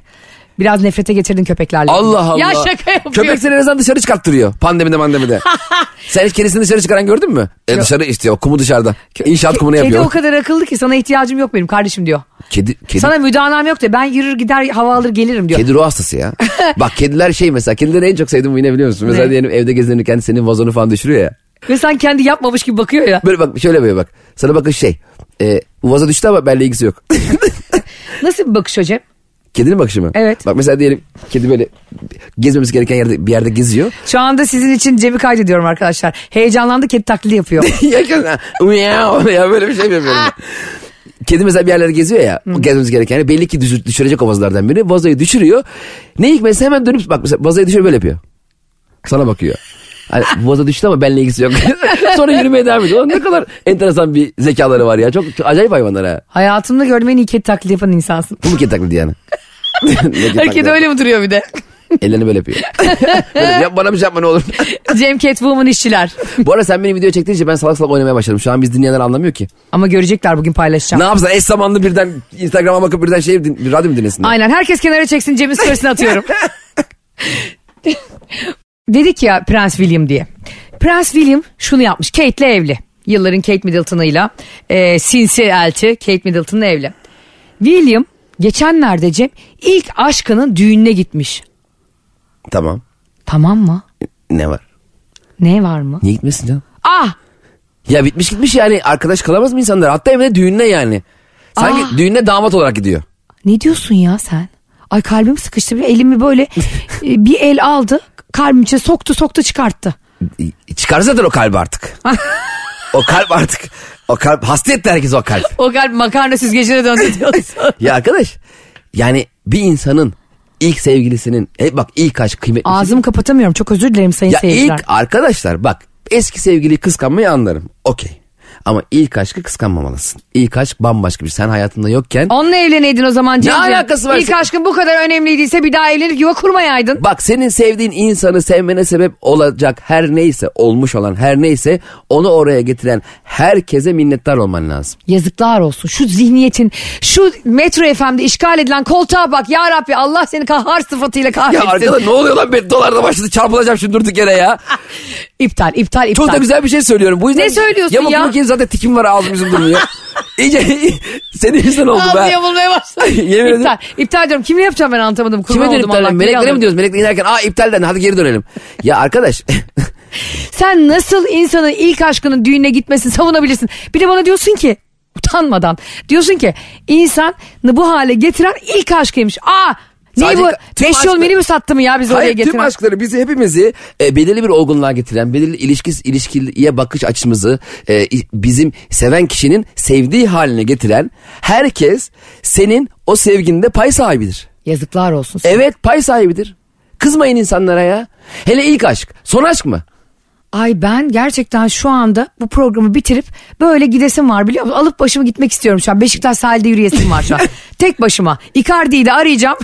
Biraz nefrete getirdin köpeklerle. Allah Allah. Ya şaka yapıyorum. Köpek seni en azından dışarı çıkarttırıyor. Pandemide pandemide. Sen hiç kedisini dışarı çıkaran gördün mü? E dışarı istiyor. Kumu dışarıda. İnşaat kumunu Kedi yapıyor. o kadar akıllı ki sana ihtiyacım yok benim kardeşim diyor. Kedi, kedi, Sana müdahalem yok diyor. Ben yürür gider hava alır gelirim diyor. kedi ruh hastası ya. Bak kediler şey mesela. Kedileri en çok sevdiğim bu yine biliyor musun? Mesela Ne? diyelim evde gezinirken senin vazonu falan düşürüyor ya. Ve sen kendi yapmamış gibi bakıyor ya. Böyle bak şöyle böyle bak. Sana bakın şey. E, bu vazo düştü ama benimle ilgisi yok. Nasıl bir bakış hocam? Kedinin bakışı mı? Evet. Bak mesela diyelim kedi böyle gezmemesi gereken yerde bir yerde geziyor. Şu anda sizin için Cem'i kaydediyorum arkadaşlar. Heyecanlandı kedi taklidi yapıyor. Yakın ha. Miyav ya böyle bir şey mi yapıyorum. ben? Kedi mesela bir yerlere geziyor ya. Gezmemiz gereken yer. Belli ki düşür- düşürecek o vazolardan biri. Vazoyu düşürüyor. Ne hikmetse hemen dönüp bak mesela vazoyu düşürüyor böyle yapıyor. Sana bakıyor. Hani vazo düştü ama benimle ilgisi yok. Sonra yürümeye devam ediyor. Ulan ne kadar enteresan bir zekaları var ya. Çok, çok acayip hayvanlar ha. Hayatımda gördüğüm en iyi kedi taklidi yapan insansın. Bu mu kedi taklidi yani? Ne kedi Her taklidi? kedi öyle mi duruyor bir de? Ellerini böyle yapıyor. böyle, yap bana bir şey yapma ne olur. Cem Catwoman işçiler. Bu arada sen benim video çektiğin için ben salak salak oynamaya başladım. Şu an biz dinleyenler anlamıyor ki. Ama görecekler bugün paylaşacağım. Ne yapsın eş zamanlı birden Instagram'a bakıp birden şey din- radyo mu dinlesinler? Aynen herkes kenara çeksin Cem'in storiesini atıyorum. Dedik ya Prens William diye. Prens William şunu yapmış. Kate'le evli. Yılların Kate Middleton'ıyla e, sinsi elçi Kate Middleton'la evli. William geçenlerde Cem ilk aşkının düğününe gitmiş. Tamam. Tamam mı? Ne var? Ne var mı? Niye gitmesin canım? Ah Ya bitmiş gitmiş yani arkadaş kalamaz mı insanlar? Hatta evde düğününe yani. Sanki Aa. düğününe damat olarak gidiyor. ne diyorsun ya sen? Ay kalbim sıkıştı. Bir elimi böyle e, bir el aldı. Kalbim içine soktu soktu çıkarttı. E, Çıkar zaten o kalbi artık. o kalp artık. O kalp hasta etti herkes o kalp. O kalp makarna süzgecine döndü diyorsun. Ya arkadaş yani bir insanın ilk sevgilisinin hep bak ilk aşk kıymetli. bir şey. Ağzımı kapatamıyorum. Çok özür dilerim sayın Ya seyirciler. ilk arkadaşlar bak eski sevgiliyi kıskanmayı anlarım. Okey. Ama ilk aşkı kıskanmamalısın. İlk aşk bambaşka bir şey. Sen hayatında yokken Onunla evleneydin o zaman Cemciğim. alakası var İlk senin? aşkın bu kadar önemliydiyse bir daha evlenip yuva kurmayaydın. Bak senin sevdiğin insanı sevmene sebep olacak her neyse olmuş olan her neyse onu oraya getiren herkese minnettar olman lazım. Yazıklar olsun. Şu zihniyetin, şu Metro FM'de işgal edilen koltuğa bak. Ya Rabbi Allah seni kahhar sıfatıyla kahretsin. ne oluyor lan ben dolarda başladı çarpılacağım şimdi durduk yere ya. İptal, iptal, iptal. Çok da güzel bir şey söylüyorum. Bu yüzden Ne söylüyorsun yamuk ya? yumuk yiyeyim, zaten tikim var ağzım yüzüm durmuyor. İyice senin yüzünden oldu Ağzı be. yamulmaya başladı. Yemin ederim. iptal. İptal diyorum. Kimi yapacağım ben anlatamadım. Kurban Kime dönüp oldum dönelim? Allah'ım. Meleklere Geri mi alalım. diyoruz? Melekle inerken aa iptal dendi hadi geri dönelim. ya arkadaş Sen nasıl insanın ilk aşkının düğününe gitmesini savunabilirsin? Bir de bana diyorsun ki utanmadan diyorsun ki insanı bu hale getiren ilk aşkıymış. Aa ne Sadece bu? tüm Beş yol aşkları- minibüs attı mı ya biz oraya Hayır getiren? tüm aşkları bizi hepimizi e, belirli bir olgunluğa getiren, belirli ilişki, ilişkiye bakış açımızı e, i- bizim seven kişinin sevdiği haline getiren herkes senin o sevginde pay sahibidir. Yazıklar olsun. sana. Evet pay sahibidir. Kızmayın insanlara ya. Hele ilk aşk. Son aşk mı? Ay ben gerçekten şu anda bu programı bitirip böyle gidesim var biliyor musun? Alıp başımı gitmek istiyorum şu an. Beşiktaş sahilde yürüyesim var şu an. Tek başıma. Icardi'yi de arayacağım.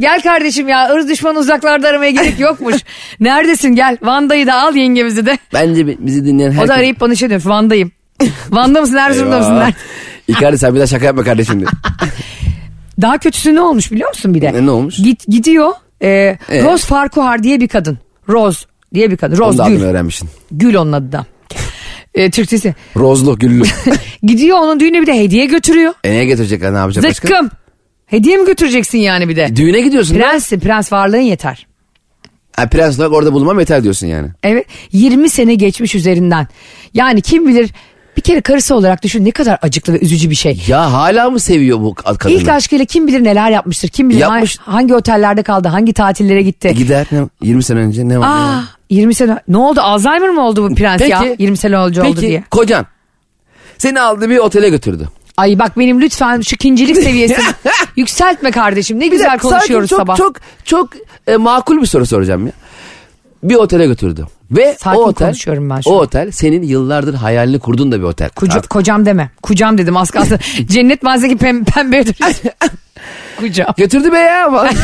gel kardeşim ya ırz düşmanı uzaklarda aramaya gerek yokmuş. Neredesin gel. Vanda'yı da al yengemizi de. Bence bi- bizi dinleyen herkes... O da arayıp bana şey diyor. Van'dayım. Van'da mısın Erzurum'da mısın? Eyvah. Nerede? İkari sen bir daha şaka yapma kardeşim. de. Daha kötüsü ne olmuş biliyor musun bir de? Ne- ne olmuş? E? Git, gidiyor. Ee, Rose Farquhar diye bir kadın. Rose diye bir kadın. Onun Rose da adını Gül. öğrenmişsin. Gül onun adı da. Ee, Türkçesi. Rozlu, güllü. Gidiyor onun düğüne bir de hediye götürüyor. e neye getirecek ne yapacak başka? Zıkkım. Hediye mi götüreceksin yani bir de? E, Düğüne gidiyorsun. lan. Prenssin. Prens varlığın yeter. Ha, prens olarak orada bulunmam yeter diyorsun yani. Evet 20 sene geçmiş üzerinden. Yani kim bilir bir kere karısı olarak düşün ne kadar acıklı ve üzücü bir şey. Ya hala mı seviyor bu kadını? İlk aşkıyla kim bilir neler yapmıştır. Kim bilir Yapmış. ha- hangi otellerde kaldı, hangi tatillere gitti. E gider ne, 20 sene önce ne var? ne Aa, var? 20 sene ne oldu? Alzheimer mı oldu bu Ah, prens ya? 20 sene önce oldu peki, diye. kocan seni aldı bir otele götürdü. Ay bak benim lütfen şu kincilik seviyesini yükseltme kardeşim. Ne güzel Bir dakika, konuşuyoruz sakin, çok, sabah. Çok çok e, makul bir soru soracağım ya. Bir otele götürdü. Ve Sakin o otel, konuşuyorum ben şu o an. otel senin yıllardır hayalini kurduğun da bir otel. Kuca- Artık kocam deme. Kucam dedim az kalsın. Cennet mazeki pem- pembeye dönüştü. Kucam. Götürdü be ya. Vallahi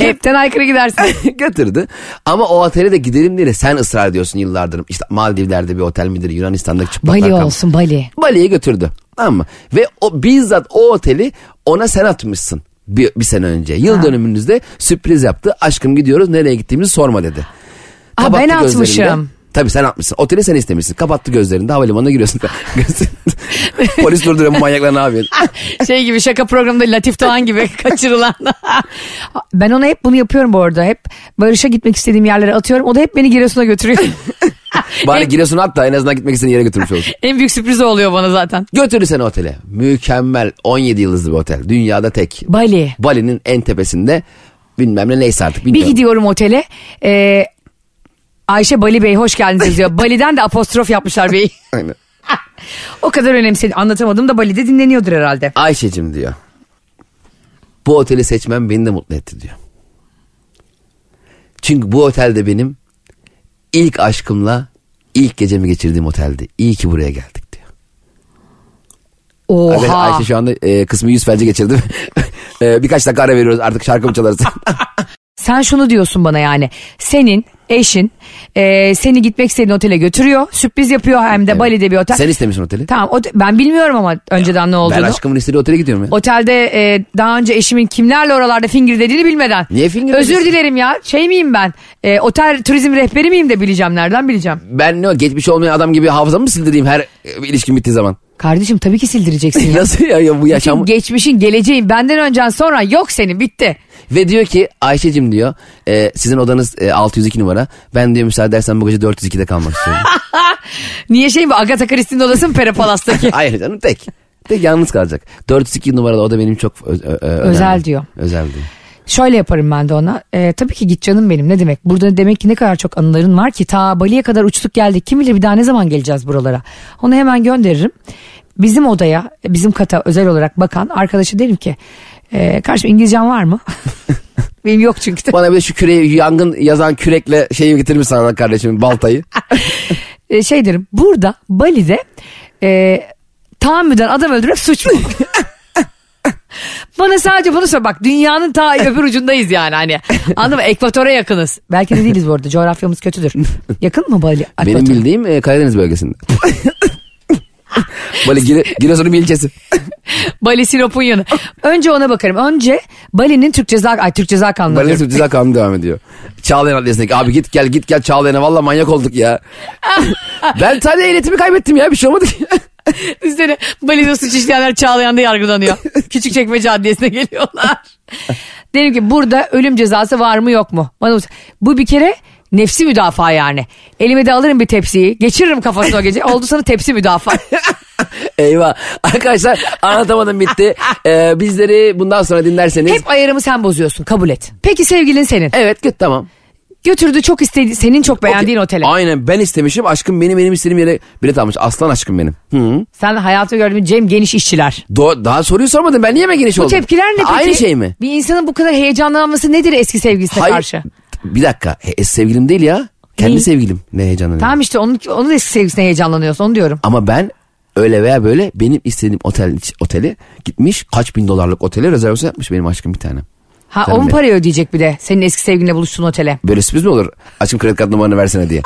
Hepten aykırı gidersin. götürdü. Ama o otele de gidelim diye de sen ısrar ediyorsun yıllardır. İşte Maldivler'de bir otel midir? Yunanistan'daki çıplaklar Bali kampı. olsun Bali. Bali'ye götürdü. Tamam mı? Ve o bizzat o oteli ona sen atmışsın. Bir, bir sene önce. Yıl dönümünüzde sürpriz yaptı. Aşkım gidiyoruz nereye gittiğimizi sorma dedi. Aa, Kapattı ben gözlerinde. atmışım. Tabii sen atmışsın. Oteli sen istemişsin. Kapattı gözlerinde havalimanına giriyorsun. Göz- Polis durduruyor bu manyaklar ne yapıyor? şey gibi şaka programında Latif Doğan gibi kaçırılan. ben ona hep bunu yapıyorum bu arada. Hep Barış'a gitmek istediğim yerlere atıyorum. O da hep beni Giresun'a götürüyor. Bari en, Giresun'a at da en azından gitmek istediğin yere götürmüş olsun. en büyük sürpriz o oluyor bana zaten. Götürdü seni otele. Mükemmel 17 yıldızlı bir otel. Dünyada tek. Bali. Bali'nin en tepesinde bilmem ne neyse artık Bir bilmiyorum. gidiyorum otele. Ee, Ayşe Bali Bey hoş geldiniz diyor. Bali'den de apostrof yapmışlar Bey. Aynen. O kadar önemsedi. Anlatamadım da Bali'de dinleniyordur herhalde. Ayşe'cim diyor. Bu oteli seçmem beni de mutlu etti diyor. Çünkü bu otelde benim ilk aşkımla ilk gecemi geçirdiğim oteldi. İyi ki buraya geldik diyor. Arkadaşlar Oha. Ayşe şu anda e, kısmı yüz felce geçirdi. E, birkaç dakika ara veriyoruz artık şarkımı çalarız. Sen şunu diyorsun bana yani. Senin eşin ee, seni gitmek istediğin otele götürüyor. Sürpriz yapıyor hem de Bali'de bir otel. Sen istemişsin oteli. Tamam o- ben bilmiyorum ama önceden ne Ben olduğunu. aşkımın istediği otele gidiyorum ya. Otelde e, daha önce eşimin kimlerle oralarda fingir dediğini bilmeden. Niye fingir Özür dedisin? dilerim ya şey miyim ben? E, otel turizm rehberi miyim de bileceğim nereden bileceğim? ben ne o geçmiş olmayan adam gibi hafızamı mı sildireyim her e, ilişkim bittiği zaman? Kardeşim tabii ki sildireceksin ya. Nasıl ya, ya bu yaşam? Çünkü geçmişin geleceğin benden öncen sonra yok senin bitti. Ve diyor ki Ayşe'cim diyor e, sizin odanız e, 602 numara. Ben diyor müsaade edersen bu gece 402'de kalmak istiyorum. Niye şey bu Agatha Christie'nin odası mı Pera Palas'taki? Hayır canım tek. Tek yalnız kalacak. 402 numaralı oda benim çok ö- ö- ö- önemli. Özel diyor. Özel diyor. Şöyle yaparım ben de ona. E, tabii ki git canım benim ne demek. Burada demek ki ne kadar çok anıların var ki ta Bali'ye kadar uçtuk geldik. Kim bilir bir daha ne zaman geleceğiz buralara. Onu hemen gönderirim. Bizim odaya bizim kata özel olarak bakan arkadaşı derim ki. E, karşım İngilizcen var mı? benim yok çünkü. Bana bir de şu küreği yangın yazan kürekle şeyi getirir misin sana kardeşim baltayı? E, şey derim burada Bali'de e, tahammüden adam öldürmek suç mu? Bana sadece bunu söyle. Bak dünyanın ta öbür ucundayız yani hani. Anladın mı? Ekvatora yakınız. Belki de değiliz bu arada. Coğrafyamız kötüdür. Yakın mı Bali? benim ekvatora? bildiğim e, Karadeniz bölgesinde. Böyle Gire, Giresun'un bir ilçesi. Bali Sinop'un yanı. Önce ona bakarım. Önce Bali'nin Türk Ceza, ay, Türk Ceza Kanunu'na Bana diyorum. Türk Ceza Kanunu devam ediyor. Çağlayan Adliyesi'ndeki abi git gel git gel Çağlayan'a valla manyak olduk ya. ben sadece ehliyetimi kaybettim ya bir şey olmadı ki. Üstüne Bali'de suç işleyenler Çağlayan'da yargılanıyor. Küçükçekmece Adliyesi'ne geliyorlar. Dedim ki burada ölüm cezası var mı yok mu? Bana bu- bu bir kere nefsi müdafaa yani. Elime de alırım bir tepsiyi. Geçiririm kafasına o gece. Oldu sana tepsi müdafaa. Eyvah. Arkadaşlar anlatamadım bitti. Ee, bizleri bundan sonra dinlerseniz. Hep ayarımı sen bozuyorsun. Kabul et. Peki sevgilin senin. Evet git tamam. Götürdü çok istedi senin çok beğendiğin Okey. otele. Aynen ben istemişim aşkım benim benim istediğim yere bilet almış. Aslan aşkım benim. Hı. Sen hayatımda gördüğün Cem geniş işçiler. Do- daha soruyu sormadın ben niye mi geniş Bu oldum? tepkiler ne peki? Aynı şey mi? Bir insanın bu kadar heyecanlanması nedir eski sevgilisine karşı? Bir dakika E, sevgilim değil ya. Kendi Değil. sevgilim ne heyecanlanıyorum. Tamam işte onun, onun eski sevgilisine heyecanlanıyorsun onu diyorum. Ama ben öyle veya böyle benim istediğim otel oteli gitmiş kaç bin dolarlık otele rezervasyon yapmış benim aşkım bir tane. Ha Tabii. on parayı ödeyecek bir de senin eski sevgilinle buluştuğun otele. Böyle sürpriz mi olur? Açım kredi kart numaranı versene diye.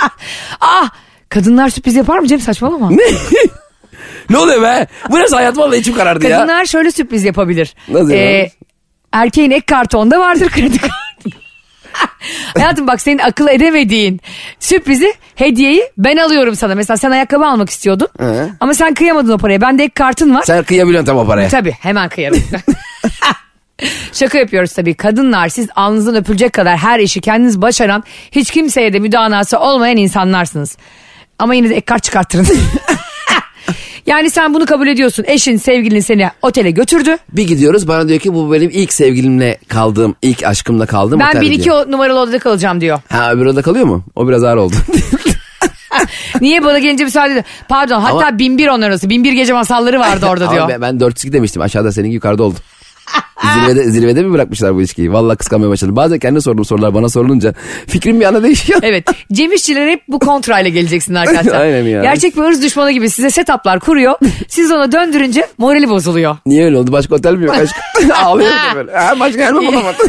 Ah kadınlar sürpriz yapar mı Cem saçmalama. ne oluyor be? Bu nasıl hayat vallahi içim karardı ya. Kadınlar şöyle sürpriz yapabilir. Ee, Nasıl yapar? Erkeğin ek kartonda vardır kredi kartı. Hayatım bak senin akıl edemediğin sürprizi hediyeyi ben alıyorum sana. Mesela sen ayakkabı almak istiyordun Ee? ama sen kıyamadın o paraya. Bende ek kartın var. Sen kıyabiliyorsun tam o paraya. Tabii hemen kıyarım. Şaka yapıyoruz tabii. Kadınlar siz alnınızdan öpülecek kadar her işi kendiniz başaran, hiç kimseye de müdanası olmayan insanlarsınız. Ama yine de ek kart çıkarttırın. yani sen bunu kabul ediyorsun. Eşin, sevgilin seni otele götürdü. Bir gidiyoruz bana diyor ki bu benim ilk sevgilimle kaldığım, ilk aşkımla kaldığım Ben otel diyor. 1002 o- numaralı odada kalacağım diyor. Ha öbür odada kalıyor mu? O biraz ağır oldu. Niye bana gelince müsaade ediyor? Pardon hatta Ama- 1001 onlar arası. 1001 gece masalları vardı orada Ama diyor. ben, ben 402 demiştim aşağıda seninki yukarıda oldu. zirvede, zirvede mi bırakmışlar bu ilişkiyi? Vallahi kıskanmaya başladım. Bazen kendi sorduğum sorular bana sorulunca fikrim bir anda değişiyor. Evet. Cem İşçiler hep bu kontrayla geleceksin arkadaşlar. Aynen ya. Gerçek bir hırs düşmanı gibi size setuplar kuruyor. Siz ona döndürünce morali bozuluyor. Niye öyle oldu? Başka otel mi yok aşkım? Ağlıyorum da böyle. Ha, başka yer mi bulamadım?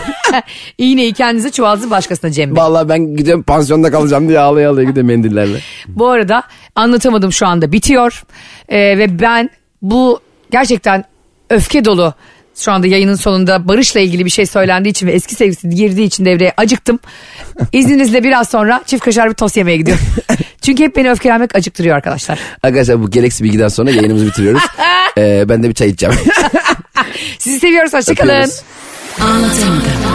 İğneyi kendinize çuvaldızı başkasına Cem Bey. Vallahi ben gidiyorum pansiyonda kalacağım diye ağlaya ağlaya gidiyorum mendillerle. Bu arada anlatamadım şu anda bitiyor. Ee, ve ben bu gerçekten öfke dolu şu anda yayının sonunda Barış'la ilgili bir şey söylendiği için ve eski sevgilisi girdiği için devreye acıktım. İzninizle biraz sonra çift kaşar bir tost yemeye gidiyorum. Çünkü hep beni öfkelenmek acıktırıyor arkadaşlar. Arkadaşlar bu gereksiz bilgiden sonra yayınımızı bitiriyoruz. Ee, ben de bir çay içeceğim. Sizi seviyoruz. Hoşçakalın. Öpüyoruz. Anlatamadım.